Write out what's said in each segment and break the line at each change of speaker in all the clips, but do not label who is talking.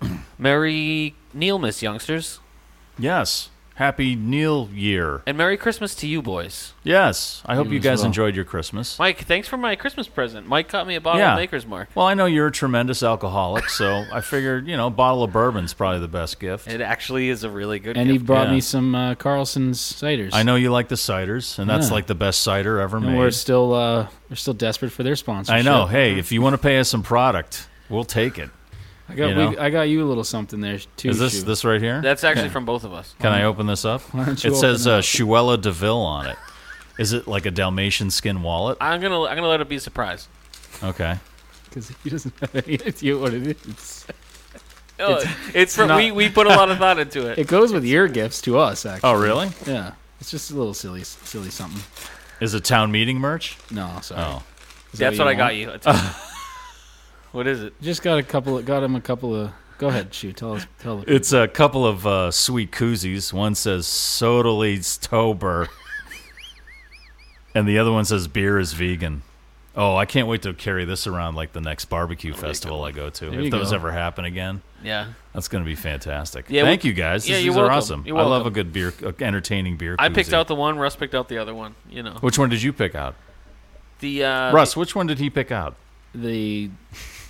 Merry Neelmas, youngsters,
Yes. Happy Neil year.
and Merry Christmas to you boys.
Yes. I hope
You
you
as
guys
well.
enjoyed your Christmas.
Mike, thanks for my Christmas present. Mike got me a bottle
Yeah.
of Maker's Mark.
Well, I know you're a tremendous alcoholic, so I figured, you know, a bottle of bourbon's probably the best gift.
It actually is a really good
And he
gift.
brought
Yeah.
me some uh, Carlson's ciders.
I know you like the ciders, and that's
Yeah.
like the best cider ever
And
made.
we're still uh, we're still desperate for their sponsorship.
I know. Hey, if you want to pay us some product, we'll take it.
I got
you know.
we, I got you a little something there too.
Is this
Shu.
this right here?
That's actually from both of us.
Can I open this up?
don't you
It says
open it
uh,
up?
Shuela Deville on it. Is it like a Dalmatian skin wallet?
I'm gonna I'm gonna let it be a surprise.
Okay.
'Cause he doesn't have any idea what it is.
Oh, it's from
not-
we, we put a lot of thought into it.
It goes with your gifts to us actually.
Oh, really?
Yeah. It's just a little silly silly something.
Is it town meeting merch?
No, sorry.
Oh.
Is that
That's what I
want?
got you. It's- what is it?
Just got a couple of, got him a couple of Go ahead, Shu. Tell us tell the
It's a couple of uh, sweet koozies. One says Sodalese Tober, and the other one says beer is vegan. Oh, I can't wait to carry this around like the next barbecue festival I go to.
There you
if those
go.
ever happen again,
Yeah.
that's going to be fantastic.
Yeah,
Thank
we-
you guys.
yeah,
These,
you're
these are
welcome.
awesome.
You're
I love a
welcome.
good beer, uh, entertaining beer.
I picked
koozie.
out the one, Russ picked out the other one, you know.
Which one did you pick out,
The uh
Russ? Which one did he pick out?
the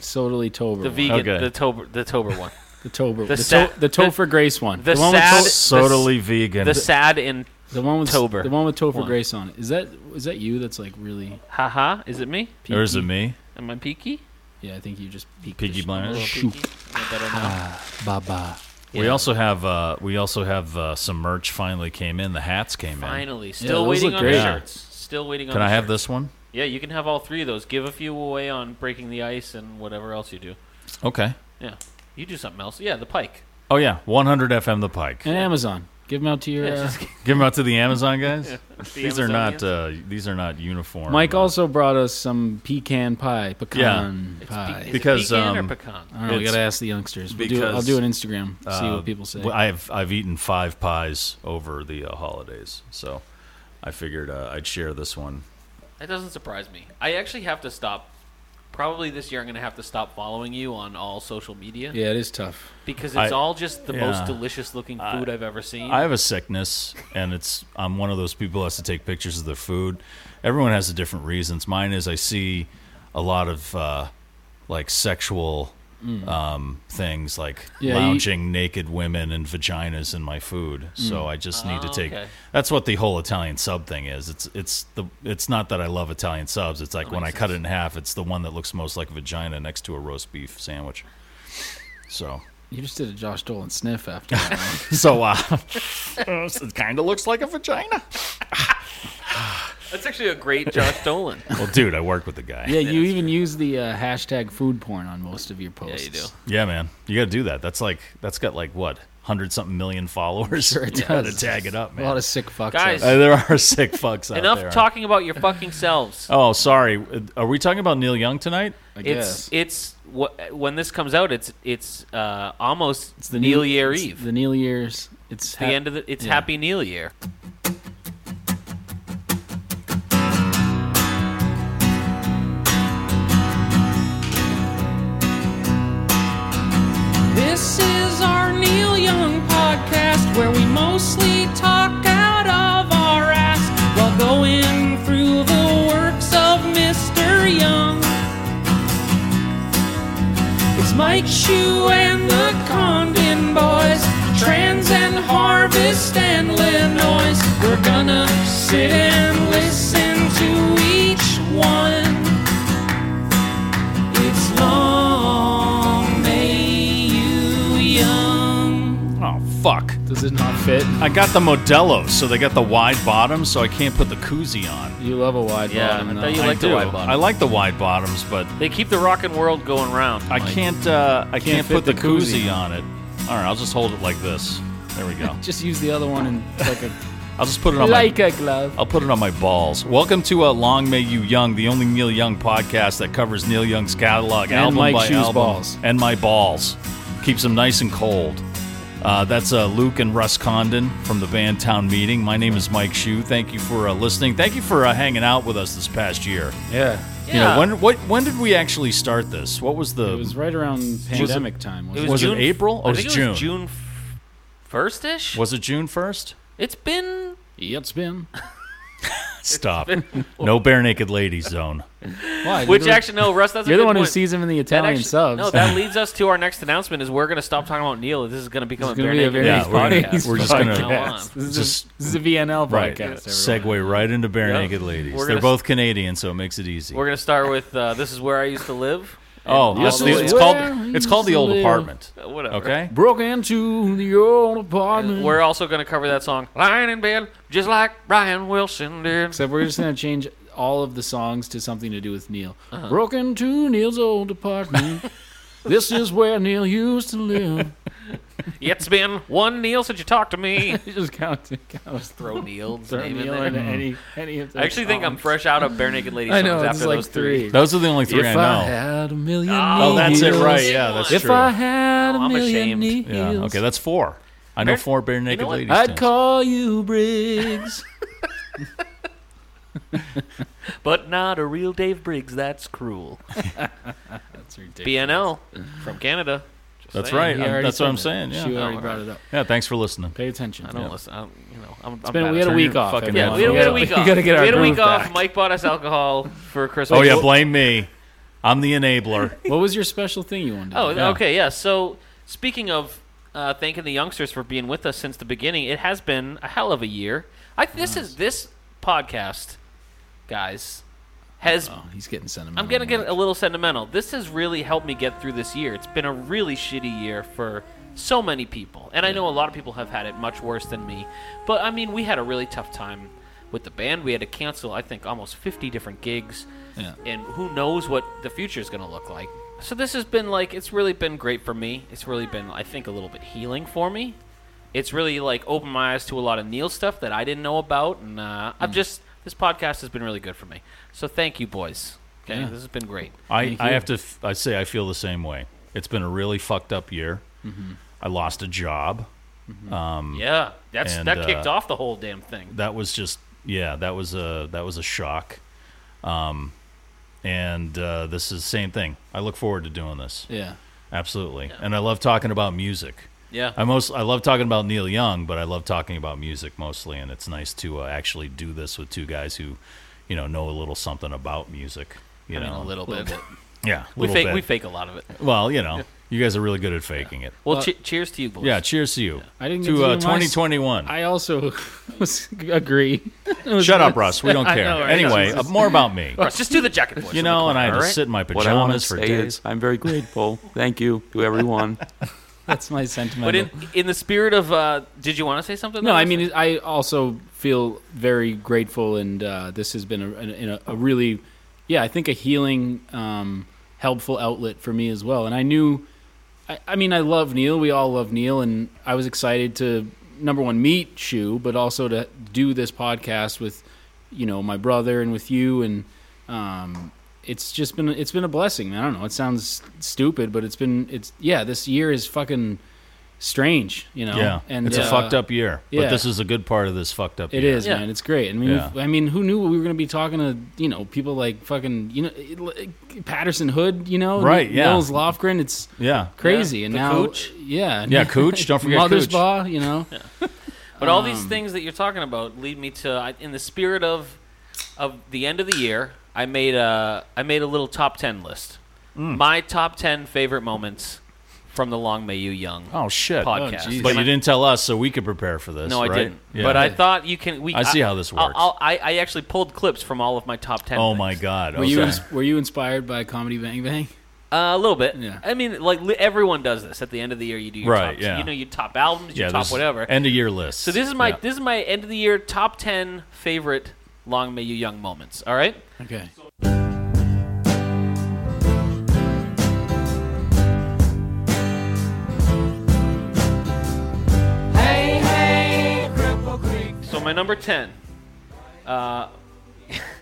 Sodally Tober.
the
one.
vegan
Okay.
the Tober the Tober one.
the Tober. The,
sa-
to, the Topher Grace one.
the
one with
sad-
to-
Sodally vegan.
The sad in
The one with
Tober
The one with Topher
one.
Grace on it. Is that is that you? That's like really.
haha, is it me?
or is it me?
Am I peaky?
Yeah, I think you just peeked
Piggy
the-
blinders.
Shoo.
I better not.
Ah,
Ba ba.
We also have uh, we also have uh, some merch. Finally came in. The hats came in.
Finally, still
those
waiting
look
on
great.
the
Yeah.
shirts. Still waiting on.
Ah. Can
the
I have
shirts.
this one?
Yeah, you can have all three of those. Give a few away on breaking the ice and whatever else you do.
Okay.
Yeah, you do something else. Yeah, the pike.
Oh yeah, 100 FM the Pike.
And Amazon. Give them out to your.
Yeah,
Uh,
just
Give them out to the Amazon guys.
the
these are not
Amazonians.
uh, these are not uniform.
Mike
uh,
also brought us some pecan pie, pecan
It's pe-
pie.
is it
Because,
pecan
um,
or pecan.
I don't know. We
It's-
gotta ask the youngsters. We'll do, I'll
because,
do an Instagram. see
uh,
what people say.
well, I've I've eaten five pies over the uh, holidays, so I figured uh, I'd share this one.
That doesn't surprise me. I actually have to stop. Probably this year, I'm going to have to stop following you on all social media
yeah, it is tough.
because
I-
it's all just the most
yeah.
delicious looking food I've ever seen.
I have a sickness, and it's I'm one of those people who has to take pictures of their food. Everyone has a different reasons. Mine is I see a lot of uh, like sexual um, things, like
Yeah, you-
lounging naked women and vaginas in my food. So I just need to
Ah,
take.
okay.
That's what the whole Italian sub thing is. It's it's the it's not that I love Italian subs. It's like when I cut it in half, it's the one that looks most like a vagina next to a roast beef sandwich. So.
You just did a Josh Dolan sniff after. that. one.
So uh, it kind of looks like a vagina.
That's actually a great Josh Dolan.
Well, dude, I work with the guy.
yeah, you even use the uh, hashtag food porn on most of your posts.
you do.
Yeah, man, you got to do that. That's like that's got like what hundred something million followers.
Sure it
You gotta
does.
tag it up,
A
man.
lot of sick fucks.
Guys,
out
Uh, there are sick fucks out
Enough
there.
talking about your fucking selves.
Oh, sorry. Are we talking about Neil Young tonight?
I
it's
guess.
it's wh- when this comes out, it's it's uh, almost
It's
Neil
new-
Year
it's
Eve.
The Neil Year's. It's
the end of the. It's
yeah.
Happy Neil Year.
This is our Neil Young podcast where we mostly talk out of our ass while going through the works of Mr. Young. It's Mike Shue and the Condon Boys, Trans and Harvest and Linois. We're gonna sit and listen to each one. It's long may you young.
Oh fuck!
Does it not fit?
I got the Modelo, so they got the wide bottom, so I can't put the koozie on.
You love a wide
Yeah,
bottom.
I
though.
thought you liked the
do.
wide bottom.
I like the wide bottoms, but
They keep the rockin' world going round.
I can't. Uh, I can't,
fit
put the,
the koozie
koozie on it. All right, I'll just hold it like this. There we go.
Just use the other one and like a
I'll just put it on my
like a glove.
I'll put it on my balls. Welcome to uh, Long May You Young, the only Neil Young podcast that covers Neil Young's catalog
And
album
Mike
by
Shue's
album
balls.
and my balls. Keeps them nice and cold. Uh, that's uh, Luke and Russ Condon from the band Town Meeting. My name is Mike Shue. Thank you for uh, listening. Thank you for uh, hanging out with us this past year.
Yeah.
You know,
Yeah.
when what when did we actually start this? What was the
It was right around pandemic time. Wasn't it
was it
June-
April? Oh,
I
it
think
was
it was
June.
June first ish.
was it June first?
It's been
Yeah, it's been.
Stop. no bare naked ladies zone.
Why?
which
You're the-
actually no, Russ. That's a
You're the
good
one who
point.
sees him in the
That
Italian
actually-
subs.
No, that leads us to our next announcement: is we're going to stop talking about Neil. This is going to become
It's
a
gonna
bare
be a
naked
very
Yeah,
Ladies
we're gonna-
podcast.
we're just
from
gonna-
now on.
This is,
Just-
a, this is a VNL
Right.
podcast. everyone.
Segue right into bare
Yeah.
naked ladies.
We're
They're
gonna-
both Canadian, so it makes it easy.
We're going to start with uh, "This Is Where I Used to Live."
oh,
And
this,
all the
these-
way-
it's
Where
called it's called the
you
old
live.
apartment.
Uh, whatever.
Okay.
Broke into the old apartment.
We're also going to cover that song "Lying in Bed," just like Brian Wilson did.
Except we're just gonna change all of the songs to something to do with Neil.
Uh-huh.
Broke into Neil's old apartment. this is where Neil used to live.
It's been one Neil since you talked to me.
just count to count.
Throw Neil's
Throw
name in
Neil
there. Hmm.
into any any of the
I actually think I'm
songs.
fresh out of bare naked lady songs
I know it's
after
like
those three.
Those are the only three
If I,
I know.
had a million.
oh, that's it,
Neils,
right? Yeah, that's
If
true.
I had
Oh,
a
I'm ashamed.
million Neils,
yeah. Okay, that's four. I know
Bare-
four bare naked
know what?
ladies.
I'd
tunes.
call you Briggs.
But not a real Dave Briggs. That's cruel.
that's ridiculous.
BNL from Canada. Just
That's
saying.
right.
He
I'm-
already
that's what
said
I'm saying.
that.
Yeah.
She already
Oh,
brought it up.
Yeah. Thanks for listening.
Pay attention.
I don't
Yeah.
listen. I don't, you know, I'm, I'm
been-
bad
we
at
had a
it.
week
your
off.
fucking
Yeah,
everyone.
we had, we had a
We
week
gotta-
off.
We gotta get our
we had a
groove
week off.
back.
Mike bought us alcohol for Christmas.
Oh yeah, blame me. I'm the enabler.
What was your special thing you wanted? to
Oh,
do?
Yeah.
okay, yeah. So speaking of uh, thanking the youngsters for being with us since the beginning, it has been a hell of a year. I this is this podcast, guys, has
Oh, he's getting sentimental.
I'm gonna get a little sentimental. This has really helped me get through this year. It's been a really shitty year for so many people, and I know a lot of people have had it much worse than me. But I mean, we had a really tough time with the band. We had to cancel, I think, almost 50 different gigs,
Yeah.
and who knows what the future is gonna look like. So this has been like, it's really been great for me. It's really been, I think, a little bit healing for me. It's really like opened my eyes to a lot of Neil stuff that I didn't know about, and uh, I've just this podcast has been really good for me. So thank you, boys. Okay, this has been great.
I, I have to f- I say I feel the same way. It's been a really fucked up year. I lost a job.
Mm-hmm.
Um,
Yeah, that's
And,
that kicked
uh,
off the whole damn thing.
that was just yeah that was a that was a shock um and uh, this is the same thing i look forward to doing this
Yeah.
absolutely and i love talking about music
Yeah,
i most i love talking about neil young but i love talking about music mostly and it's nice to uh, actually do this with two guys who you know know a little something about music you
I mean,
know
a little bit.
yeah
we
little
fake
bit.
we fake a lot of it.
well you know you guys are really good at faking it
Well, che- cheers to you, boys.
yeah cheers to you
I didn't get
to
to
uh,
do my s-
2021
I also was, agree.
shut up russ we don't
I
care
know, right?
anyway uh, more about me
Russ, just do the jacket voice.
You
in the
know, Oh, and
corner,
I had to
all right?
sit in my
What I want to
pajamas for
say
days.
is I'm very grateful. Thank you to everyone.
That's my
But
sentimental.
in in the spirit of, uh, did you want to say something?
no,
though?
I mean, I also feel very grateful, and uh, this has been a, an- a, a really, yeah, I think a healing, um, helpful outlet for me as well. And I knew I, I mean, I love Neil. We all love Neil, and I was excited to number one meet Shu, but also to do this podcast with you know my brother and with you, and um, it's just been it's been a blessing. I don't know. It sounds stupid, but it's been it's yeah. This year is fucking strange, you know.
Yeah,
and
it's
uh,
a fucked up year,
yeah.
but this is a good part of this fucked up.
It
year.
is,
Yeah.
man. It's great. I mean,
Yeah.
I mean, who knew we were going to be talking to you know people like fucking you know it- like Patterson Hood, you know,
Right, yeah.
Nils Lofgren. It's
Yeah,
crazy, and
The
now
Cooch.
yeah,
Yeah, Cooch. Don't forget
Mother's
Cooch.
Baugh, you know.
But all
um,
these things that you're talking about lead me to, I- in the spirit of, of the end of the year, I made a I made a little top ten list.
Hmm.
My top ten favorite moments from the Long May You Young.
Oh shit!
Podcast. Oh, geez.
but
Am I-
you didn't tell us, so we could prepare for this.
no, I
right?
didn't.
Yeah.
But I thought you can. We.
I see how this
I'll-
works.
I'll- i I, actually pulled clips from all of my top ten.
Oh
things.
my god!
Were you
Okay.
ins- were you inspired by Comedy Bang Bang?
Uh, a little bit.
Yeah.
I mean, like li- everyone does this at the end of the year. You do your
Right,
Top,
yeah.
You know, you top albums, you
yeah,
top
this-
whatever.
End of year list.
So this is my
Yeah.
this is my end of the year top ten favorite Long May You Young moments. All right.
Okay,
So my number ten.
oh,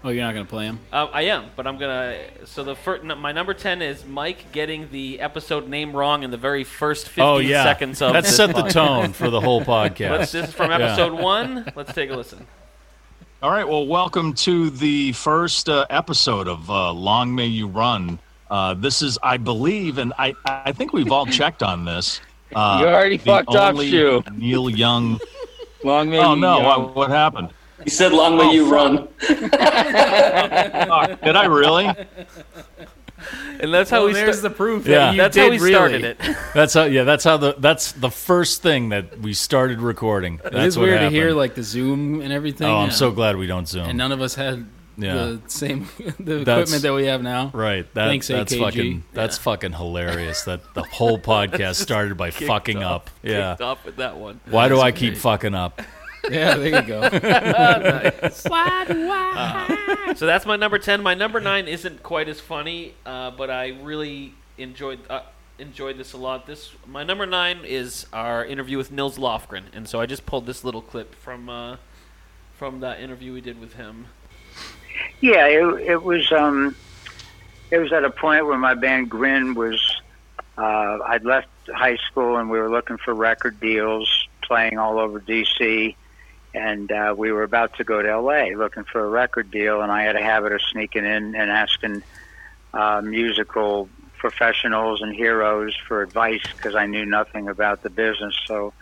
you're not going to play him.
Uh, I am, but I'm gonna. So the fir- no, my number ten is Mike getting the episode name wrong in the very first 15
oh yeah
seconds of
that
this
set the
podcast.
tone for the whole
Let's-
podcast.
This is from episode one. Let's take a listen.
All right. Well, welcome to the first uh, episode of uh, Long May You Run. Uh, this is, I believe, and I, I think we've all checked on this. Uh,
You already
the
fucked up,
only
Shu.
Neil Young.
Long may
Oh
you
no!
young.
What, what happened? Oh,
He said, "Long may you run."
Fuck, Ah, did I really?
And that's how we.
there's
sta-
the proof.
Yeah.
that you
that's
did
how we
really.
started it.
That's how. Yeah, that's how the that's the first thing that we started recording. That's
It is
what
weird
happened.
to hear like the Zoom and everything.
Oh, I'm
yeah.
so glad we don't zoom.
And none of us had
Yeah.
the same the
That's-
equipment that we have now.
Right. That,
Thanks,
that's
AKG.
fucking that's fucking hilarious that the whole podcast started by fucking up. Yeah.
Stop with that one.
Why do I keep fucking up?
Yeah, there you go.
Oh,
Uh-huh.
So that's my number ten. My number nine isn't quite as funny, uh, but I really enjoyed uh, enjoyed this a lot. This my number nine is our interview with Nils Lofgren, and so I just pulled this little clip from uh, from that interview we did with him.
Yeah, it, it was. Um, it was at a point where my band Grin was. Uh, I'd left high school and we were looking for record deals, playing all over DC, and uh, we were about to go to LA looking for a record deal. And I had a habit of sneaking in and asking uh, musical professionals and heroes for advice because I knew nothing about the business. So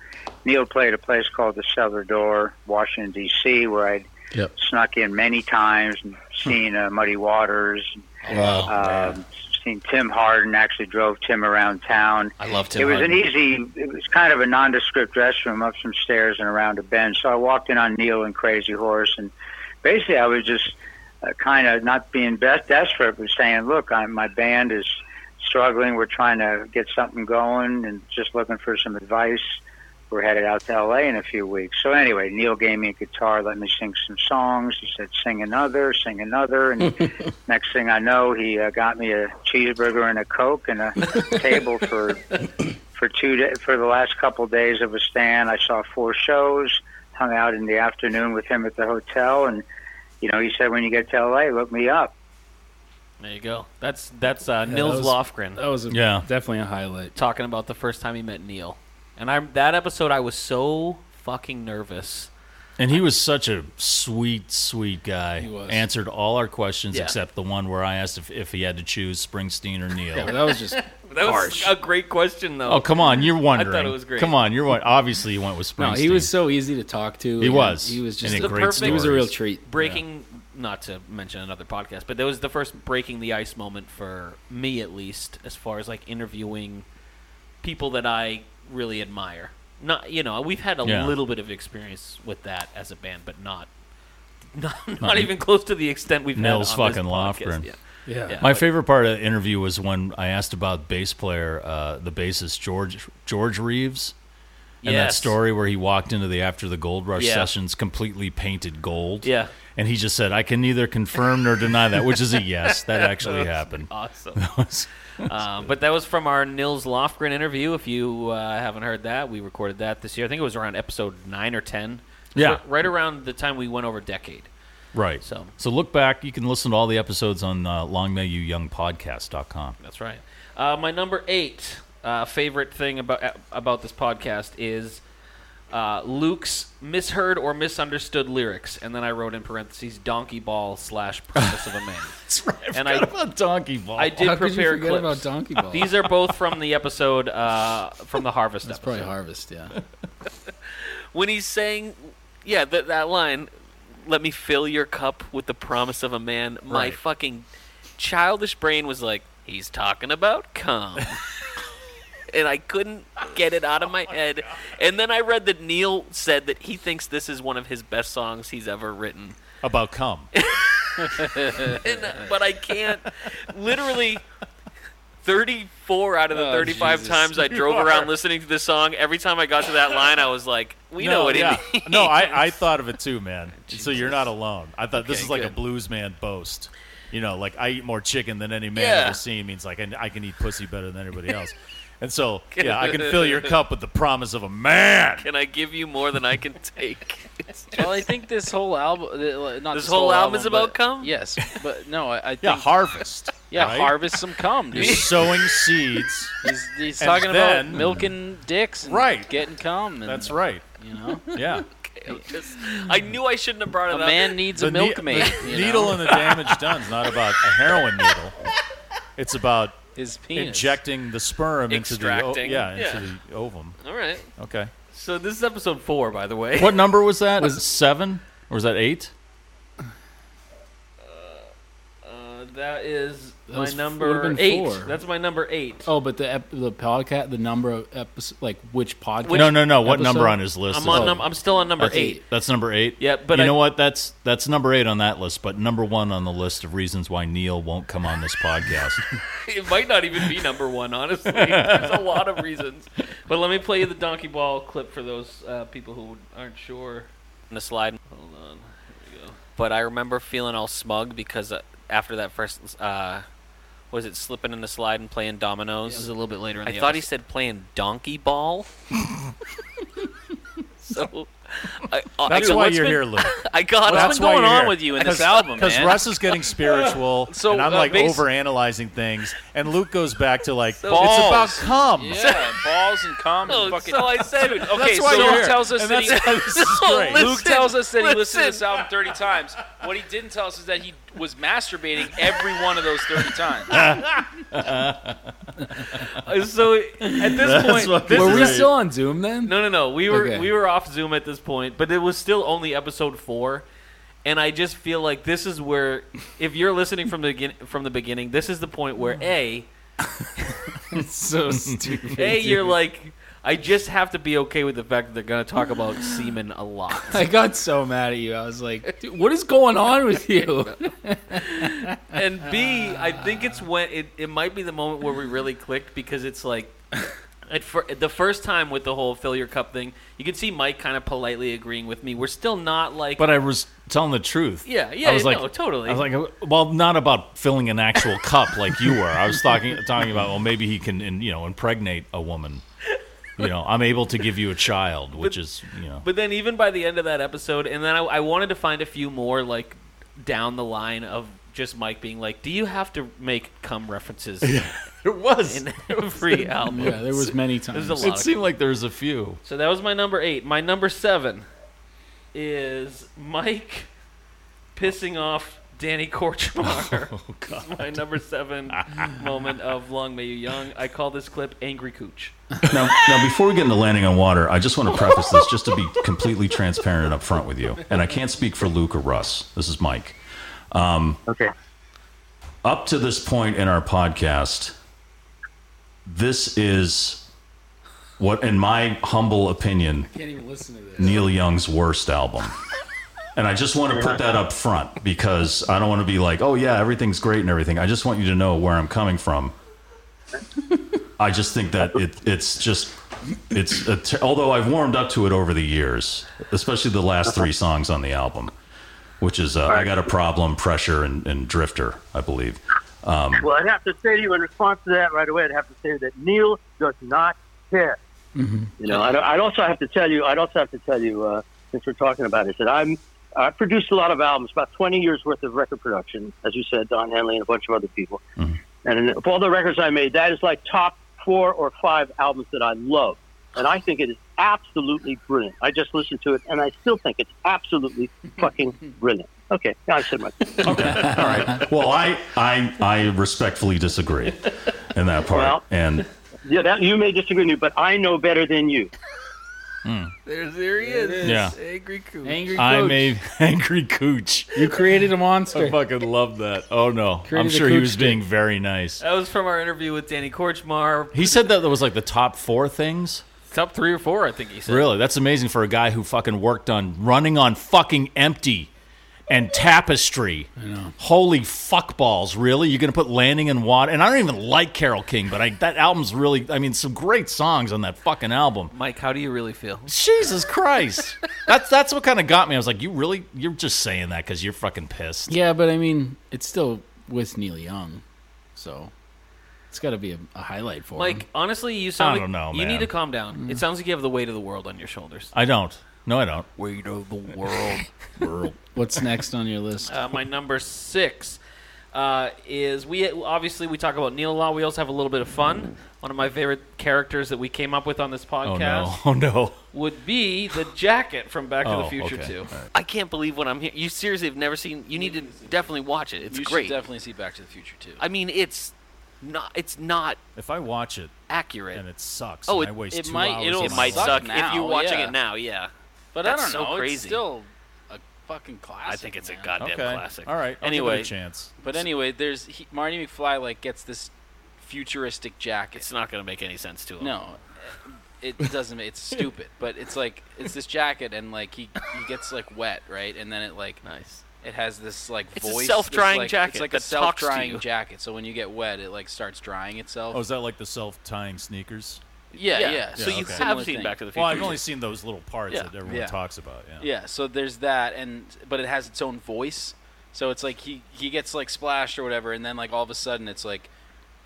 Neil played a place called the Cellar Door, Washington D.C., where I'd
Yep.
snuck in many times, and seen uh, Muddy Waters, um, seen Tim Harden. Actually, drove Tim around town.
I love
it was an easy. It was kind of a nondescript restroom up some stairs and around a bend. So I walked in on Neil and Crazy Horse, and basically I was just uh, kind of not being best desperate, but saying, "Look, I'm, my band is struggling. We're trying to get something going, and just looking for some advice." We're headed out to LA in a few weeks. So anyway, Neil gave me a guitar, let me sing some songs. He said, "Sing another, sing another," and next thing I know, he uh, got me a cheeseburger and a coke and a table for for two da for the last couple days of a stand. I saw four shows, hung out in the afternoon with him at the hotel, and you know he said when you get to LA, look me up.
There you go. That's that's uh, Nils
was-
Lofgren
That was a,
Yeah.
definitely a highlight.
talking about the first time he met Neil, and I that episode I was so fucking nervous.
And he was such a sweet, sweet guy. He
was.
Answered all our questions
Yeah.
except the one where I asked if, if he had to choose Springsteen or Neil.
That was just
That was a great question though.
Oh come on, you're wondering.
it was great.
Come on, you're one. Obviously, you went with Springsteen.
no. He was so easy to talk to.
He
and
was.
He was just
And
a
he
great.
great
He was a real
stories.
treat.
breaking not to mention another podcast but that was the first breaking the ice moment for me at least as far as like interviewing people that i really admire not you know we've had a
Yeah.
little bit of experience with that as a band but not not, not even close to the extent we've
Nils
had on this
e- fucking
podcast.
Lofgren.
Yeah.
Yeah.
Yeah.
My favorite part of the interview was when I asked about bass player, uh, the bassist George George Reeves, and that
Yes.
story where he walked into the after the gold rush
Yeah.
sessions completely painted gold.
Yeah.
and he just said, "I can neither confirm nor deny that," which is a yes. That actually happened.
awesome Uh, but that was from our Nils Lofgren interview. If you uh, haven't heard that, we recorded that this year. I think it was around episode nine or ten.
Yeah.
So right around the time we went over decade.
Right.
So-
look back. You can listen to all the episodes on uh, longmayyouyoungpodcast.com.
That's right. Uh, my number eight uh, favorite thing about uh, about this podcast is uh, Luke's misheard or misunderstood lyrics, and then I wrote in parentheses "donkey ball" slash "promise of a man." That's right. and I
about donkey ball.
I did
How could you
prepare
forget
clips.
about Donkey Ball?
These are both from the episode uh, from the Harvest
That's
episode.
probably Harvest, yeah.
when he's saying, yeah, that that line, let me fill your cup with the promise of a man. My
Right.
fucking childish brain was like, he's talking about cum. and I couldn't get it out of my head. And then I read that Neil said that he thinks this is one of his best songs he's ever written.
About cum.
And, uh, but I can't. Literally, 34 out of the
Oh,
35
Jesus.
times I
You
drove around
are-
listening to this song, every time I got to that line, I was like, we know what
yeah.
it means.
No, I, I thought of it too, man. So you're not alone. I thought this
Okay,
is like a
good.
blues man boast. You know, like I eat more chicken than any man
Yeah.
ever seen means like I, I can eat pussy better than everybody else. And so, yeah, I can fill your cup with the promise of a man.
Can I give you more than I can take? It's just-
Well, I think this whole album, uh, not
This
this,
whole album is
but-
about cum?
Yes, but no, I, I think
Yeah, harvest.
yeah,
right?
harvest some cum.
You're
Dude.
sowing seeds.
He's, he's
And
talking
then-
about milking dicks, and
Right.
Getting cum. And,
That's right.
You know,
Yeah.
I'm just- I knew I shouldn't have brought
a
it up.
man needs a
ne-
milkmaid.
the
you
needle
know?
and the damage done is not about a heroin needle. It's about
his penis.
injecting the sperm into the o-
Extracting.
yeah into
Yeah.
the ovum.
All right.
Okay.
So this is episode four, by the way.
What number was that? Was seven or was that eight?
Uh, that is
That
my
was- would've
number
been
eight.
four.
That's my number eight.
Oh, but the ep- the podcast, the number of episodes, like which podcast?
no, no, no. What number
episode?
on his list?
I'm
is
on.
it?
Num- I'm still on number
That's
eight.
That's number eight.
Yeah, but
you
I-
know what? That's that's number eight on that list, but number one on the list of reasons why Neil won't come on this podcast.
It might not even be number one, honestly. There's a lot of reasons. But let me play you the donkey ball clip for those uh, people who aren't sure.
In the slide.
Hold on. Here we go.
But I remember feeling all smug because uh, after that first, uh, was it slipping in the slide and playing dominoes?
This is a little bit later in
I
the
thought he
episode.
said playing donkey ball. so I,
Oh,
I,
That's
I,
why
what's
you're
been-
here, Luke.
I got
What's been going on with you in this album,
Because
man?
Russ is getting spiritual,
So,
and I'm
uh,
like
bas-
overanalyzing things, and Luke goes back to like it's
Balls.
about cum.
yeah, balls and cum.
Oh,
No,
and fucking
so I said-
Dude, okay,
That's why
so
you're
Luke
here.
tells us
And
that he,
that's why this is
No,
great.
listen.
Luke tells us that he listened to this
listen.
album 30 times. What he didn't tell us is that he was masturbating every one of those 30 times.
Uh, So at this
That's
point,
what-
this
Were
is
we
a-
still on Zoom then?
No, no, no. We were
Okay.
we were off Zoom at this point, but it was still only episode four, and I just feel like this is where, if you're listening from the begin- from the beginning, this is the point where a
It's so stupid.
a
dude.
you're like, I just have to be okay with the fact that they're gonna talk about semen a lot.
I got so mad at you. I was like, dude, what is going on with you?
and B, I think it's when it, it might be the moment where we really clicked because it's like at fir- the first time with the whole fill your cup thing, you can see Mike kind of politely agreeing with me. We're still not like
But I was telling the truth.
Yeah, yeah,
I was like,
no, totally.
I was like, well, not about filling an actual cup like you were. I was talking talking about, well, maybe he can, in, you know, impregnate a woman. You know, I'm able to give you a child, which is, you know,
But then even by the end of that episode, and then I, I wanted to find a few more like down the line of just Mike being like, "Do you have to make cum references
it was.
in every album?"
yeah, there was many times.
There's a lot.
It seemed like there's a few.
So that was my number eight. My number seven is Mike pissing off Danny Korchmar.
Oh God.
my number seven moment of Long May You Young. I call this clip "Angry Cooch."
Now, now, before we get into landing on water, I just want to preface this just to be completely transparent and upfront with you. And I can't speak for Luke or Russ. This is Mike. Um,
Okay.
Up to this point in our podcast, this is what, in my humble opinion,
can't even listen to this.
Neil Young's worst album. And I just want to put that up front because I don't want to be like, oh, yeah, everything's great and everything. I just want you to know where I'm coming from. I just think that it, it's just, it's, a ter- although I've warmed up to it over the years, especially the last three songs on the album, which is uh, I Got a Problem, Pressure, and, and Drifter, I believe.
Um,
Well, I'd have to say to you in response to that right away, I'd have to say that Neil does not care. You know, I'd, I'd also have to tell you, I'd also have to tell you, uh, since we're talking about it, that I'm I produced a lot of albums, about 20 years worth of record production, as you said, Don Henley and a bunch of other people. And of all the records I made, that is like top four or five albums that I love. And I think it is absolutely brilliant. I just listened to it, and I still think it's absolutely fucking brilliant. Okay, now I've said my
All right. Well, I I I respectfully disagree in that part.
Well-
and
Yeah, that, you may disagree with me, but I know better than you.
mm,
There, there he is.
Yeah.
Angry coon.
Angry
I'm a angry cooch. You created a monster. I fucking love that. Oh no, I'm
Created a
sure he
cooch
was being very nice.
That was from our interview with Danny Korchmar.
He said that that was like the top four things.
Top three or four, I think he said.
Really, that's amazing for a guy who fucking worked on running on fucking empty and tapestry. I know. Holy fuckballs! Really, you're gonna put landing in water? And I don't even like Carol King, but I, that album's really. I mean, some great songs on that fucking album.
Mike, how do you really feel?
Jesus Christ, that's that's what kind of got me. I was like, you really, you're just saying that because you're fucking pissed.
Yeah, but I mean, it's still with Neil Young, so it's got to be a, a highlight for him.
Mike, honestly, you sound
I
like
don't know,
you
man.
need to calm down.
Mm.
It sounds like you have the weight of the world on your shoulders.
I don't. No, I don't.
Weight of the world.
world.
What's next on your list?
Uh, my number six uh, is we obviously we talk about Neil a lot. We also have a little bit of fun. One of my favorite characters that we came up with on this
Oh
podcast
no. Oh no.
would be the jacket from Back to
Oh,
the Future
okay.
2.
All right.
I can't believe what I'm hearing. You seriously have never seen. You need to definitely watch it. It's
you
great.
should definitely see Back to the Future too.
I mean, it's not. It's not
If I watch it
accurate,
and it sucks,
oh,
and
it,
I waste
it
two
might.
hours
it'll-
of
It
my
might
life.
suck
now, Oh,
if you're watching
yeah.
it now. Yeah,
but
That's
I don't
so
know.
Crazy.
It's still a fucking classic.
I think it's
man.
a goddamn
Okay.
classic.
All right. I'll give it
anyway,
a chance.
But anyway, there's he, Marty McFly like gets this futuristic jacket.
it's not going to make any sense to him.
No, it doesn't. It's stupid, but it's like it's this jacket, and like he he gets like wet, right? And then it like
nice.
It has this like
It's a
voice. this,
self-drying
like-
jacket
It's like a
that talks to
self-drying
you.
jacket. So when you get wet, it like starts drying itself.
Oh, is that like the self-tying sneakers?
yeah, yeah,
So you
okay.
have
Similar
seen
thing.
Back to the Future.
Well, I've only seen those little parts
Yeah.
that everyone
Yeah.
talks about. Yeah.
Yeah, so there's that, and but it has its own voice, so it's like he he gets like splashed or whatever, and then like all of a sudden it's like,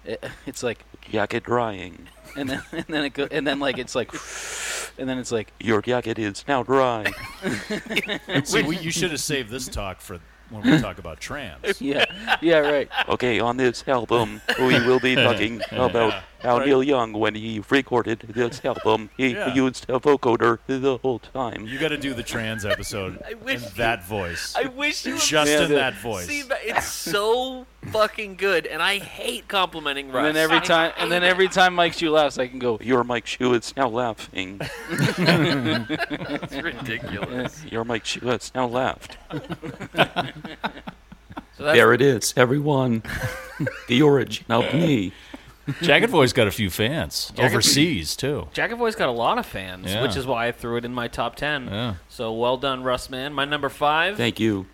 it, it's like,
Jacket drying.
and then and then it go, and then like it's like, and then it's like,
Your jacket is now dry.
See, we, you should have saved this talk for when we talk about trans.
yeah, yeah, right.
Okay, on this album, we will be talking about how
Right.
Neil Young, when he recorded this album, he
Yeah.
used a vocoder the whole time.
You got to do the trans episode
I wish
in
you-
that voice.
I wish you
Just
would
in that voice.
See, but it's so fucking good, and I hate complimenting Russ.
And then every
I
time, and then
hate
every time Mike Shue laughs, I can go.
Your Mike Shoe is now laughing.
it. it's ridiculous.
Your Mike Shoe has now laughed.
So that's,
There it is, everyone. the origin of me.
Jagged Boy's got a few fans
Jagged-
overseas too.
Jacket Boy's got a lot of fans,
Yeah.
which is why I threw it in my top ten.
Yeah.
So well done, Russ, man. My number five.
Thank you.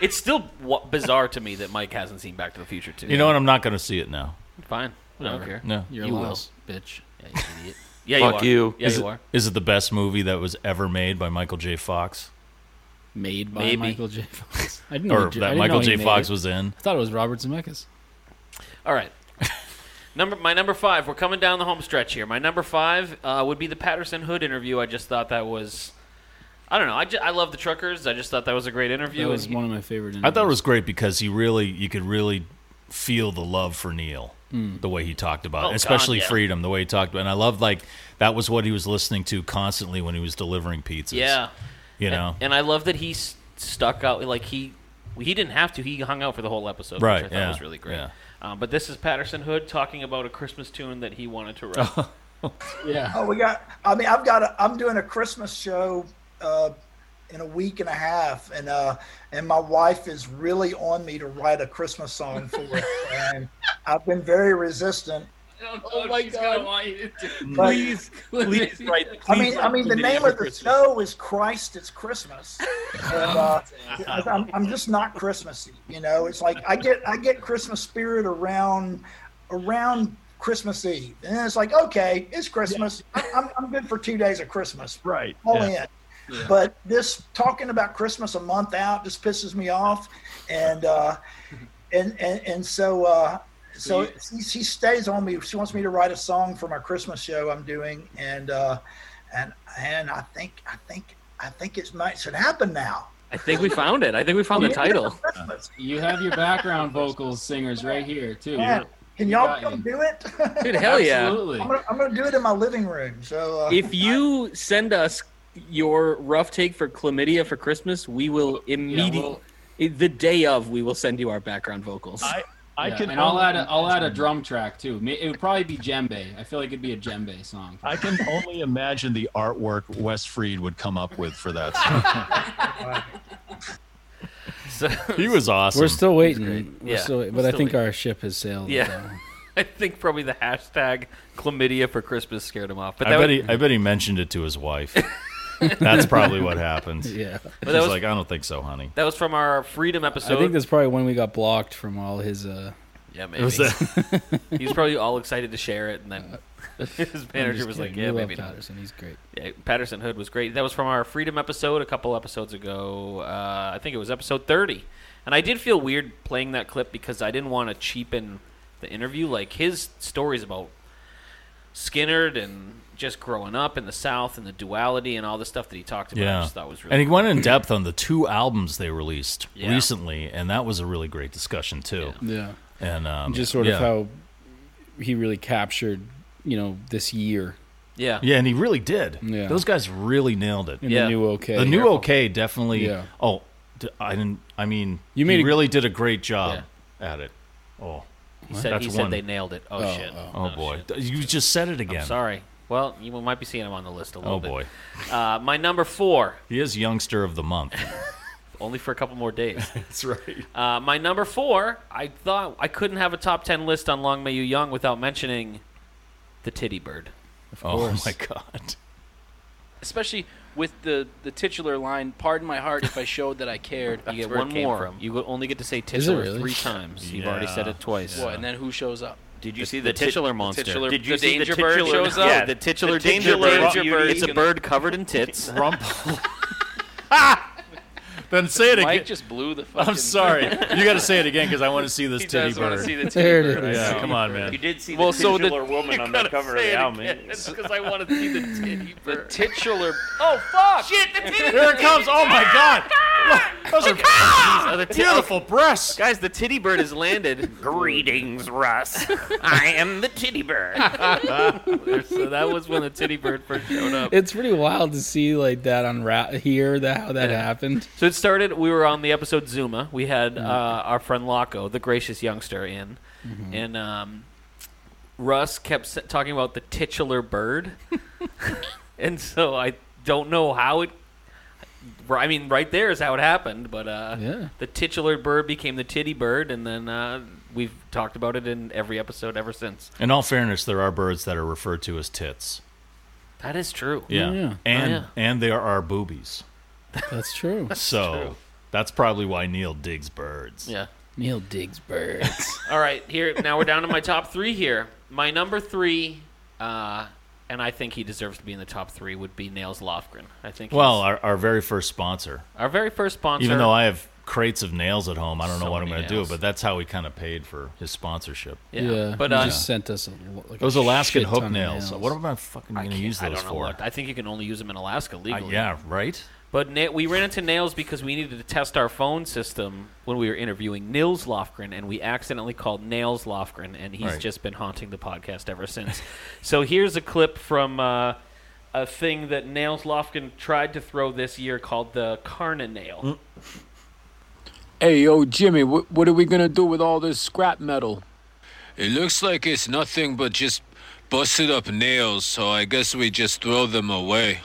It's still w- bizarre to me that Mike hasn't seen Back to the Future too.
You know what? I'm not going to see it now.
Fine. I don't
Okay.
care.
No.
You're
You
you
will.
bitch. Yeah, you idiot.
Yeah,
Fuck
you are.
you.
Yeah,
is,
you
it,
are.
is it the best movie that was ever made by Michael J. Fox,
Made by
Maybe.
Michael J. Fox. I didn't know
or
he- I
that
didn't
Michael
know he
J.
made
Fox
it.
was in?
I thought it was Robert Zemeckis.
All right. Number my number five. We're coming down the home stretch here. My number five uh, would be the Patterson Hood interview. I just thought that was, I don't know. I, ju- I love the truckers. I just thought that was a great interview.
That was
And he-
one of my favorite.
I thought it
interviews.
was great because he really, you could really feel the love for Neil, the way he talked about,
Oh,
it,
God,
especially
yeah.
freedom, the way he talked about. it. And I loved like that was what he was listening to constantly when he was delivering pizzas.
yeah,
you know,
and I love that he s- stuck out. Like he he didn't have to. He hung out for the whole episode,
Right,
Which I thought
yeah,
was really great.
yeah.
Um, but this is Patterson Hood talking about a Christmas tune that he wanted to write.
Yeah.
Oh, we got. I mean, I've got. A, I'm doing a Christmas show uh, in a week and a half, and uh, and my wife is really on me to write a Christmas song for her. and I've been very resistant.
Oh my god! Want you to do.
But-
Please, please, right?
I mean, I mean, the name of the show is Christ. It's Christmas. And, uh, I'm, I'm just not Christmassy. You know, it's like I get I get Christmas spirit around around Christmas Eve, and then it's like okay, it's Christmas. I- I'm I'm good for two days of Christmas.
Right.
all
Yeah.
in. But this talking about Christmas a month out just pisses me off, and uh, and and, and so uh, so she, she stays on me. She wants me to write a song for my Christmas show I'm doing, and uh, and and I think I think I think it's might should happen now.
I think we found it. I think we found the
Yeah.
title.
You have your background vocals, singers right here too.
Yeah. Can
You
y'all
got
come
him.
do it?
Dude, hell yeah.
Absolutely.
I'm gonna, I'm gonna do it in my living room. So uh,
If you send us your rough take for chlamydia for Christmas, we will immediately, the day of, we will send you our background vocals.
I
Yeah,
can
and I'll
only
add a, I'll add a drum track too. Ma- It would probably be djembe. I feel like it'd be a djembe song.
I can only imagine the artwork Wes Freed would come up with for that. song.
He was awesome.
We're still waiting.
great.
We're
Yeah,
still wait-
we're
but I
still
think
waiting.
our ship has sailed.
Yeah. I think probably the hashtag chlamydia for Christmas scared him off. But
I
that
bet
would,
he I bet he mentioned it to his wife. That's probably what happened.
Yeah. But
She's
that was-
like, I don't think so, honey.
that was from our freedom
I
episode.
think that's probably when we got blocked from all his. Uh,
yeah, maybe.
It was
he was probably all excited to share it, and then his manager was like, "Yeah, maybe not."
Patterson. He's great.
Yeah, Patterson Hood was great. That was from our Freedom episode a couple episodes ago. Uh, I think it was episode 30. And I did feel weird playing that clip because I didn't want to cheapen the interview. Like, his stories about Skinnerd and just growing up in the South and the duality and all the stuff that he talked about, I
Yeah.
just thought was really
And he went in depth on the two albums they released
Yeah.
recently, and that was a really great discussion too.
Yeah.
And um,
just sort
yeah.
of how he really captured, you know, this year.
Yeah.
Yeah, and he really did.
Yeah.
Those guys really nailed it.
And the Yeah. new OK.
The new
Careful.
OK definitely.
Yeah.
Oh, d- I didn't. I mean,
You
you
made
made
a-
really did a great job at it. Oh,
He said,
That's
he
one.
said they nailed it. Oh,
Oh,
shit.
oh. Oh, boy. You just said it again.
I'm sorry. Well, you might be seeing him on the list a little
Oh,
bit.
boy.
Uh, my number four.
He is youngster of the month.
Only for a couple more days.
That's right.
Uh, my number four, I thought I couldn't have a top ten list on Long May You Young without mentioning the Titty Bird.
Of Oh my god.
Especially with the, the titular line, pardon my heart if I showed that I cared.
You get
Where it
one
came
more.
from.
You only get to say
it
titular
really?
three times. You've already said
Yeah.
it twice.
Well, and then who shows up?
Did you The- see the the tit- titular the monster? titular-
Did
Did
you
you
see the
danger bird
titular-
shows up?
Yeah, the titular
The
danger
titular
bird.
danger bird.
It's a bird covered in tits.
Rumpel. then say it
Mike
again.
just blew the fucking.
I'm sorry. You got to say it again because I want to see this
He
titty
does wanna
bird.
see the titty There it bird. is.
Yeah,
Yeah.
come on, man.
You did see the
Well, so the-
titular woman on the cover of the album. It's-
because I want to see the titty bird.
The titular.
Oh fuck! Shit, the
titty
Here it comes. Oh my god. Those are
oh,
Beautiful
breasts.
Guys, the titty bird has landed. Greetings, Russ. I am the titty bird.
so that was when the titty bird first showed up.
It's pretty wild to see like that unwrap here that how that happened.
So it started. We were on the episode Zuma. We had uh, our friend Laco, the gracious youngster, in,
Mhm.
and um, Russ kept s- talking about the titular bird, and so I don't know how it. I mean, right there is how it happened, but uh,
Yeah.
the titular bird became the titty bird, and then uh, we've talked about it in every episode ever since.
In all fairness, there are birds that are referred to as tits.
That is true.
Yeah. And
Oh, yeah.
and there are boobies.
That's true.
so that's probably why Neil digs birds.
Yeah.
Neil digs birds.
All right, here now we're down to my top three here. My number three, uh, and I think he deserves to be in the top three, would be Nails Lofgren. I think.
Well,
he's-
our, our very first sponsor.
our very first sponsor.
Even though I have crates of nails at home, I don't know
So
what I'm
many
going to do,
nails.
but that's how we kind of paid for his sponsorship.
Yeah, Yeah, but, he uh, just
sent us a, like
those
a
Alaskan
shit
hook
ton of
nails.
nails.
What am I fucking going to use
I
those
don't know
for? Uh,
what. I think you can only use them in Alaska legally.
yeah, right.
But na- we ran into Nails because we needed to test our phone system when we were interviewing Nils Lofgren, and we accidentally called Nails Lofgren, and he's
Right.
just been haunting the podcast ever since. so here's a clip from uh, a thing that Nails Lofgren tried to throw this year called the Karna Nail.
Hey, yo, Jimmy, wh- what are we gonna do with all this scrap metal?
It looks like it's nothing but just busted up nails, so I guess we just throw them away.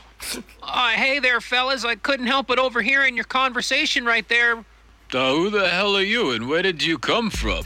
Uh, hey there, fellas. I couldn't help but overhearing your conversation right there.
Uh, who the hell are you and where did you come from?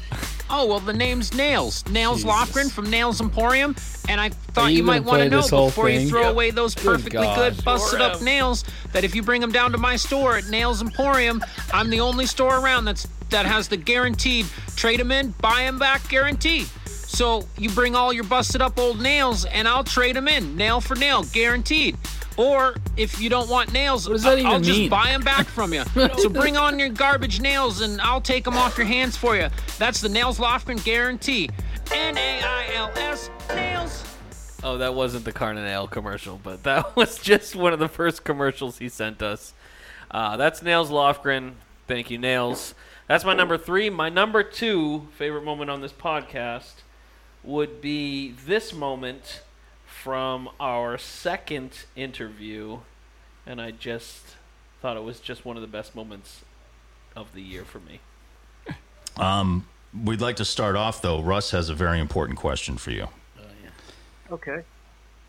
Oh, well, the name's Nails. Nails Lofgren from Nails Emporium. And I thought
Are
you,
you
might
gonna
want to
play
know
this whole
before you
thing?
throw
Yep.
away those
Good
perfectly
God.
good, busted up
Forever.
nails that if you bring them down to my store at Nails Emporium, I'm the only store around that's that has the guaranteed trade them in, buy them back guarantee. So you bring all your busted up old nails and I'll trade them in, nail for nail, guaranteed. Or if you don't want nails,
does that
I-
even
I'll
mean?
just buy them back from you. so bring on your garbage nails and I'll take them off your hands for you. That's the Nails Lofgren guarantee. N A I L S Nails.
Oh, that wasn't the Carn and Ale commercial, but that was just one of the first commercials he sent us. Uh, that's Nails Lofgren. Thank you, Nails. That's my number three. My number two favorite moment on this podcast would be this moment from our second interview, and I just thought it was just one of the best moments of the year for me.
Um, we'd like to start off though. Russ has a very important question for you.
Okay.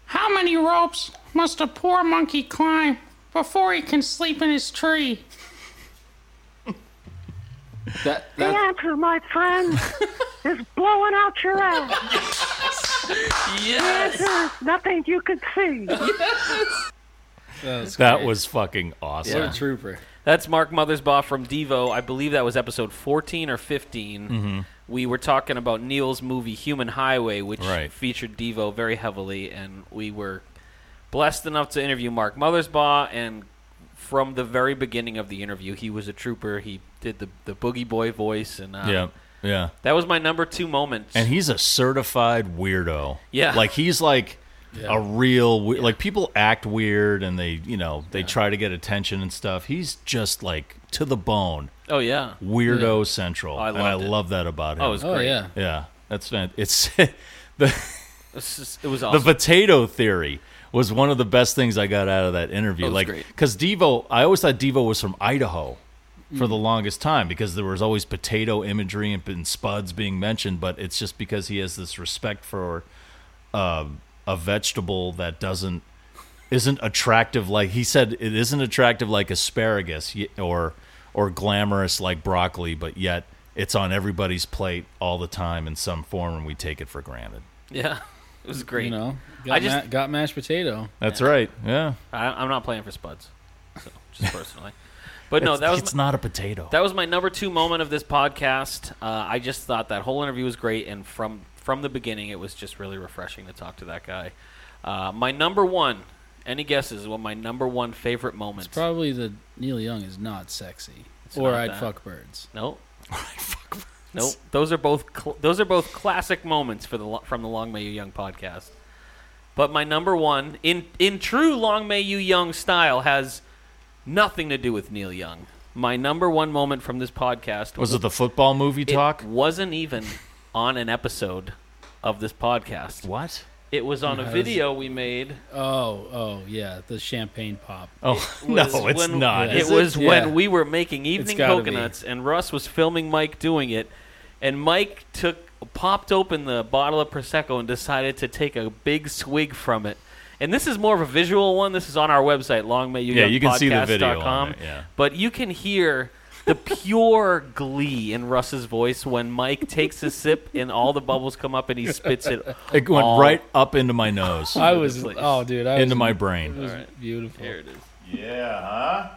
How many ropes must a poor monkey climb before he can sleep in his tree?
That,
The
that,
answer, my friend, is blowing out your ass. Yes. The answer is nothing you can see. Yes.
That was fucking awesome.
Yeah. That's Mark Mothersbaugh from Devo. I believe that was episode 14 or 15.
Mhm.
We were talking about Neil's movie Human Highway, which
Right.
featured Devo very heavily, and we were blessed enough to interview Mark Mothersbaugh. And from the very beginning of the interview, he was a trooper. He did the, the Boogie Boy voice, and uh,
Yeah, yeah.
that was my number two moment.
And he's a certified weirdo.
Yeah.
Like he's like a real we- like people act weird and they, you know, they try to get attention and stuff. He's just like to the bone.
Oh yeah, Oh,
Weirdo central.
I
and I
loved it.
love that about him.
Oh, it was Oh, great. yeah.
Yeah. That's fan- it's the
It's just- it was awesome.
The potato theory was one of the best things I got out of that interview.
That Oh, was
like
great.
cuz Devo, I always thought Devo was from Idaho for
Mm.
the longest time because there was always potato imagery and, and spuds being mentioned, but it's just because he has this respect for uh, a vegetable that doesn't isn't attractive like he said it isn't attractive like asparagus y- or or glamorous like broccoli, but yet it's on everybody's plate all the time in some form and we take it for granted.
Yeah, it was great.
You know, got,
I just
ma- got mashed potato.
That's right. Yeah.
I, I'm not playing for Spuds, so just personally. But no,
It's-
that was
it's not a potato.
That was my number two moment of this podcast. Uh, I just thought that whole interview was great, and from from the beginning, it was just really refreshing to talk to that guy. Uh, my number one. Any guesses? What my number one favorite moment?
It's probably the Neil Young is not sexy.
It's
or
not
I'd
that.
fuck birds.
Nope. Nope. Those are both cl- those are both classic moments for the lo- from the Long May You Young podcast. But my number one in in true Long May You Young style has nothing to do with Neil Young. My number one moment from this podcast
Was it the football movie
it
talk?
Wasn't even on an episode of this podcast.
What?
It was on a
Yes.
video we made.
Oh, oh yeah, the champagne pop.
Oh,
It was when- It was when we were making evening
gotta be.
coconuts, and Russ was filming Mike doing it, and Mike took popped open the bottle of prosecco and decided to take a big swig from it. And this is more of a visual one. This is on our website, longmayyouyoungpodcast.com.
Yeah, you can see the video on it, yeah.
But you can hear the pure glee in Russ's voice when Mike takes a sip and all the bubbles come up and he spits it.
It went
all
right up into my nose.
I was oh dude, I was-
into my brain.
It was beautiful.
Here it is.
Yeah, huh?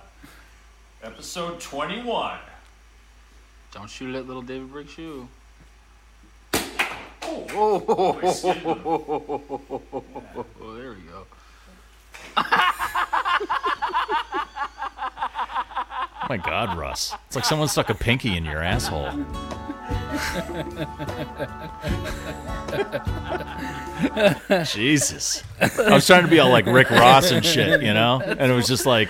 Episode 21.
Don't shoot at little David Brick shoe.
Oh,
there we go.
Oh my God, Russ. It's like someone stuck a pinky in your asshole. Jesus. I was trying to be all like Rick Ross and shit, you know? And it was just like,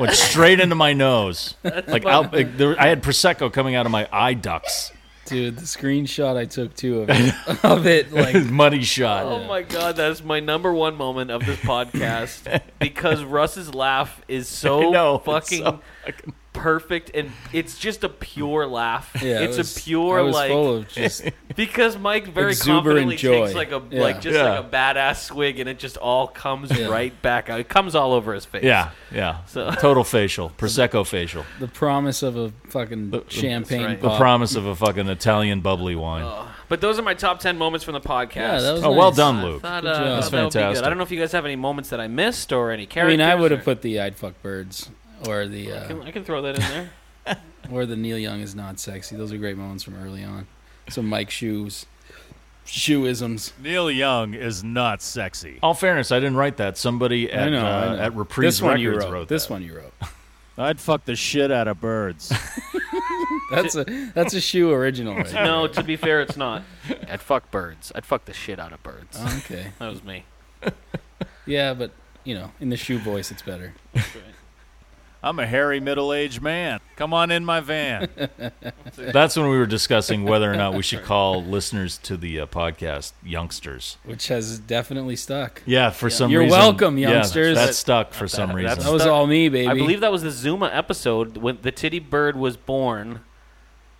went straight into my nose.
That's
Like,
funny.
out, like there, I had Prosecco coming out of my eye ducts.
Dude, the screenshot I took too of it, of it like
Muddy shot.
Oh my god, that's my number one moment of this podcast because Russ's laugh is
I
so
know, it's
fucking
so
perfect and it's just a pure laugh.
Yeah, it
it's
was-
a pure
I was
like
full of just
because Mike very
exuberant
confidently takes
joy.
like a
Yeah.
like just
Yeah.
like a badass swig and it just all comes right back out. It comes all over his face.
Yeah, yeah.
So
Total facial. Prosecco facial.
the promise of a fucking champagne
right.
The
pop. Oh.
promise of a fucking Italian bubbly wine.
But those are my top ten moments from the podcast.
Yeah, that was
Oh, well
nice.
done, Luke.
Thought,
Good
uh,
job.
thought that would be
That's
good.
fantastic.
I don't know if you guys have any moments that I missed or any
I
characters.
mean, I would have
or-
put the I'd fuck birds or the
I
uh,
can, I can throw that in there.
or the Neil Young is not sexy. Those are great moments from early on. Some Mike shoes. shoeisms.
Neil Young is not sexy. All fairness, I didn't write that. Somebody
I
at
know, I
uh,
know.
at Reprise
This one you
Records
wrote.
wrote
This
that.
one you wrote.
I'd fuck the shit out of birds.
That's a that's a shoe original. Right
no, to be fair, it's not. I'd fuck birds. I'd fuck the shit out of birds.
Oh, Okay.
that was me.
Yeah, but you know, in the shoe voice, it's better.
I'm a hairy middle-aged man. Come on in my van.
That's
That's when we were discussing whether or not we should call listeners to the uh, podcast youngsters.
which has definitely stuck.
Yeah, for some
You're
reason-
welcome,
yeah,
youngsters.
that stuck for some reason.
That was all me, baby.
I believe that was the Zuma episode when the titty bird was born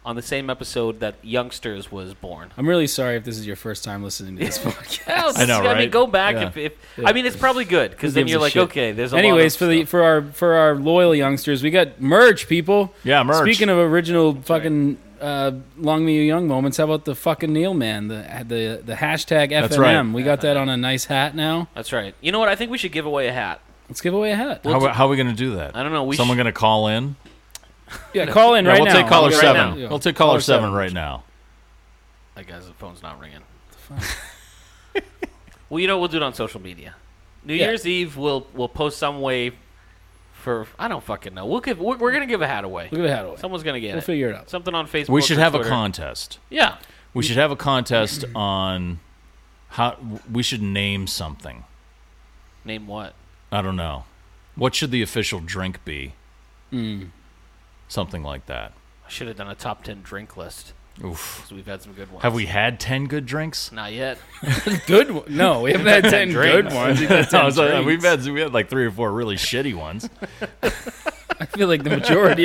on the same episode that Youngsters was born.
I'm really sorry if this is your first time listening to this podcast.
Hell, I know, I mean, right? go back if- if- I mean, it's probably good, 'cause
Who
then
gives
you're
a
like,
shit?
okay, there's a lot
Anyways,
of
for the for our for our loyal youngsters, we got merch, people.
Yeah, merch.
Speaking of original fucking uh, long me young moments, how about the fucking Neil man? The the the hashtag FNM.
That's right.
We got that on a nice hat now.
That's right. You know what? I think we should give away a hat.
Let's give away a hat.
How, how are we going to do that?
I don't know. We
Someone going to call in?
Yeah, call in
Yeah,
right
we'll
now.
Take caller
Right
seven.
now. Yeah.
We'll take caller
Caller
seven
seven.
right now.
That guy's phone's not ringing. well, you know, we'll do it on social media. New
Yeah.
Year's Eve, we'll we'll post some way for I don't fucking know. We'll give we're, we're gonna give a hat away.
We'll give a hat away.
Someone's gonna get it.
We'll figure it out.
Something on Facebook.
We should
or
have a
Twitter.
contest.
Yeah.
We should have a contest on how we should name something.
Name what?
I don't know. What should the official drink be?
Mm.
Something like that.
I should have done a top ten drink list.
Oof.
So we've had some good ones.
Have we had 10 good drinks?
Not yet.
good one. No, we haven't had 10 good ones. We've had 10
I was like,
drinks.
we've had we had like three or four really shitty ones.
I feel like the majority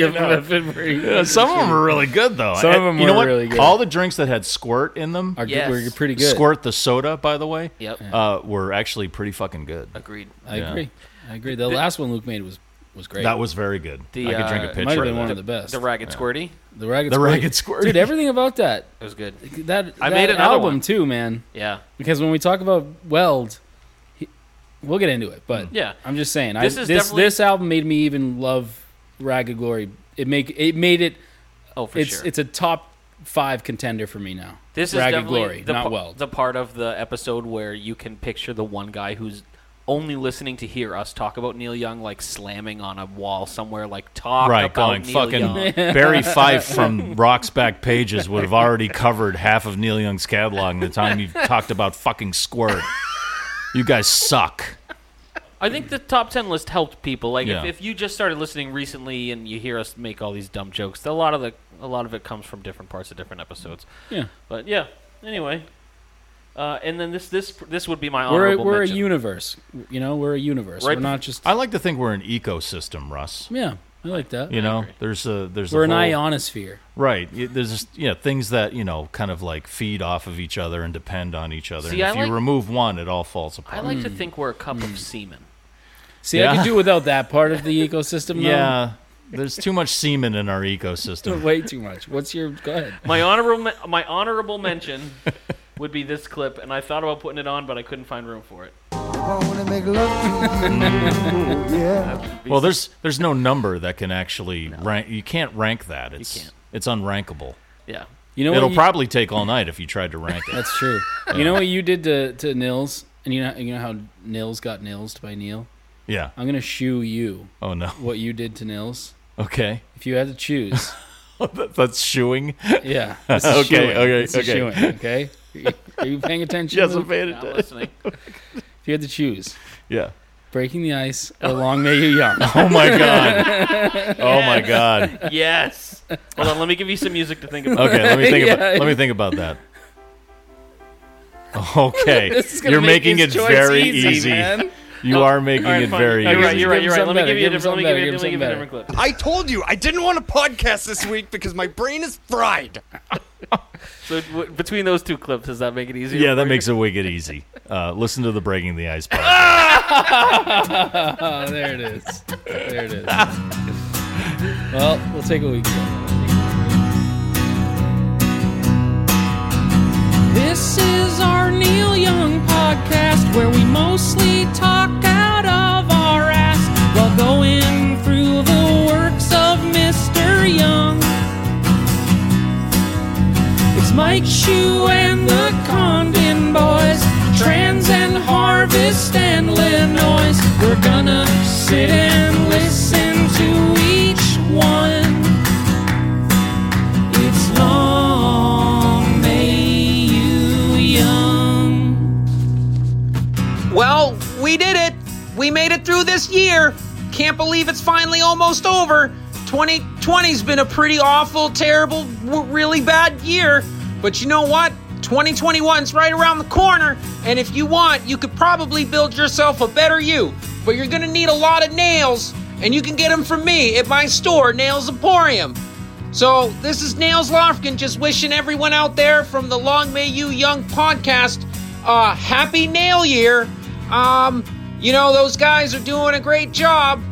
of them have been very.
Yeah, some of them were really good though.
Some of
And
them
you know
were
what?
really good.
All the drinks that had squirt in them
Are good- Yes. were pretty good.
Squirt the soda, by the way.
Yep.
Uh, were actually pretty fucking good.
Agreed.
I
Yeah.
agree. I agree. The
The-
last one Luke made was was great.
That was very good. The, I could drink a uh, pitcher
Might have
of
been one
that.
of the best.
The Ragged Squirty?
The ragged.
The
Squirty.
Ragged Squirty.
Dude, everything about that.
It was good.
That
I
that
made another
album
one.
too, man.
Yeah.
Because when we talk about Weld, he, we'll get into it. But
Yeah.
I'm just saying.
This
I,
is
this
definitely-
this album made me even love Ragged Glory. It make it made it.
Oh, for
it's,
sure.
It's a top five contender for me now.
This is
Ragged
definitely
Glory,
the,
not
pa-
Weld.
the part of the episode where you can picture the one guy who's only listening to hear us talk about Neil Young, like slamming on a wall somewhere, like talk
Right,
about
going
Neil
fucking
Young.
Barry Fife from Rock's Back Pages would have already covered half of Neil Young's catalog in the time you talked about fucking squirt. You guys suck.
I think the top ten list helped people. Like
Yeah.
if, if you just started listening recently and you hear us make all these dumb jokes, a lot of the a lot of it comes from different parts of different episodes.
Yeah.
But yeah. Anyway. Uh, and then this this this would be my
we're a,
honorable
we're a
mention.
universe. You know, we're a universe.
Right
We're not just.
I like to think we're an ecosystem, Russ.
Yeah, I like that.
You know, there's a there's
We're
a
an
whole-
ionosphere.
Right. Y- There's just yeah things that you know kind of like feed off of each other and depend on each other.
See,
and
I
if
like-
you remove one, it all falls apart.
I like
Hmm.
to think we're a cup of semen.
See, I
Yeah.
could do without that part of the ecosystem. though.
Yeah, there's too much semen in our ecosystem.
way too much. What's your go ahead?
My honorable me- my honorable mention would be this clip, and I thought about putting it on, but I couldn't find room for it.
well, there's there's no number that can actually rank. You can't rank that. It's it's unrankable.
Yeah.
You know what
it'll
you-
probably take all night if you tried to rank it.
That's true.
Yeah.
You know what you did to to Nils, and you know you know how Nils got Nilsed by Neil.
Yeah.
I'm gonna shoe you.
Oh no.
What you did to Nils?
Okay.
If you had to choose,
That- That's shoeing.
yeah. this is
okay.
shoeing.
Okay.
This is
okay.
shoeing, okay. Are you- Are you paying attention?
Yes,
Luke?
I'm paying Not attention. listening.
If you had to choose,
Yeah.
breaking the ice or long may you young.
Oh my god. Oh my god.
Yes. Hold on, let me give you some music to think about.
Okay, let me think about
Yeah.
let me think about that. Okay,
This is gonna
you're
make
making it
his choice
very
easy,
easy.
man.
You
Oh,
are making
All right,
it
fine.
very
You're
easy.
right, you're right, you're right. Let me
better,
give you a
give him
different. Let me
something
give you
better,
let me
give
give you a
him something
different clip.
I told you I didn't want to podcast this week because my brain is fried.
So w- between those two clips, does that make it easier?
Yeah,
for
that
you?
makes it wicked easy. Uh, listen to the breaking the ice part.
there it is. There it is. Well, we'll take a week.
This is our Neil Young podcast where we mostly talk out of our ass while going through the works of Mr. Young. It's Mike Shue and the Condon sit and listen to each one. It's long may you young.
Well, we did it. We made it through this year. Can't believe it's finally almost over. 2020's been a pretty awful, terrible, w- really bad year. But you know what? 2021's right around the corner, and if you want, you could probably build yourself a better you. But you're gonna need a lot of nails, and you can get them from me at my store, Nails Emporium. So, this is Nails Lofkin just wishing everyone out there from the Long May You Young podcast uh, happy nail year. Um, you know, those guys are doing a great job.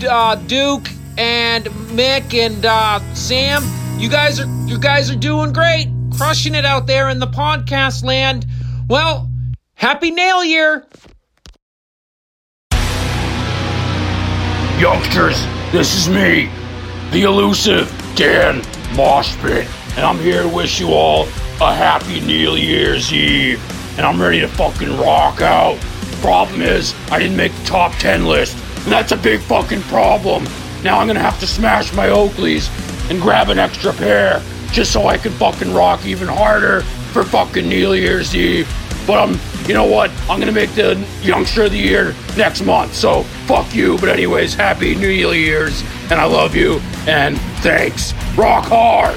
D- Uh, Duke and Mick and uh, Sam, you guys are you guys are doing great, crushing it out there in the podcast land. Well, happy nail year.
Youngsters, this is me, the elusive Dan Moshpit, and I'm here to wish you all a happy New Year's Eve. And I'm ready to fucking rock out. Problem is, I didn't make the top 10 list, and that's a big fucking problem. Now I'm gonna have to smash my Oakleys and grab an extra pair just so I can fucking rock even harder for fucking New Year's Eve. But I'm, you know what? I'm gonna make the youngster of the year next month. So fuck you. But anyways, happy New Year's, and I love you. And thanks. Rock hard.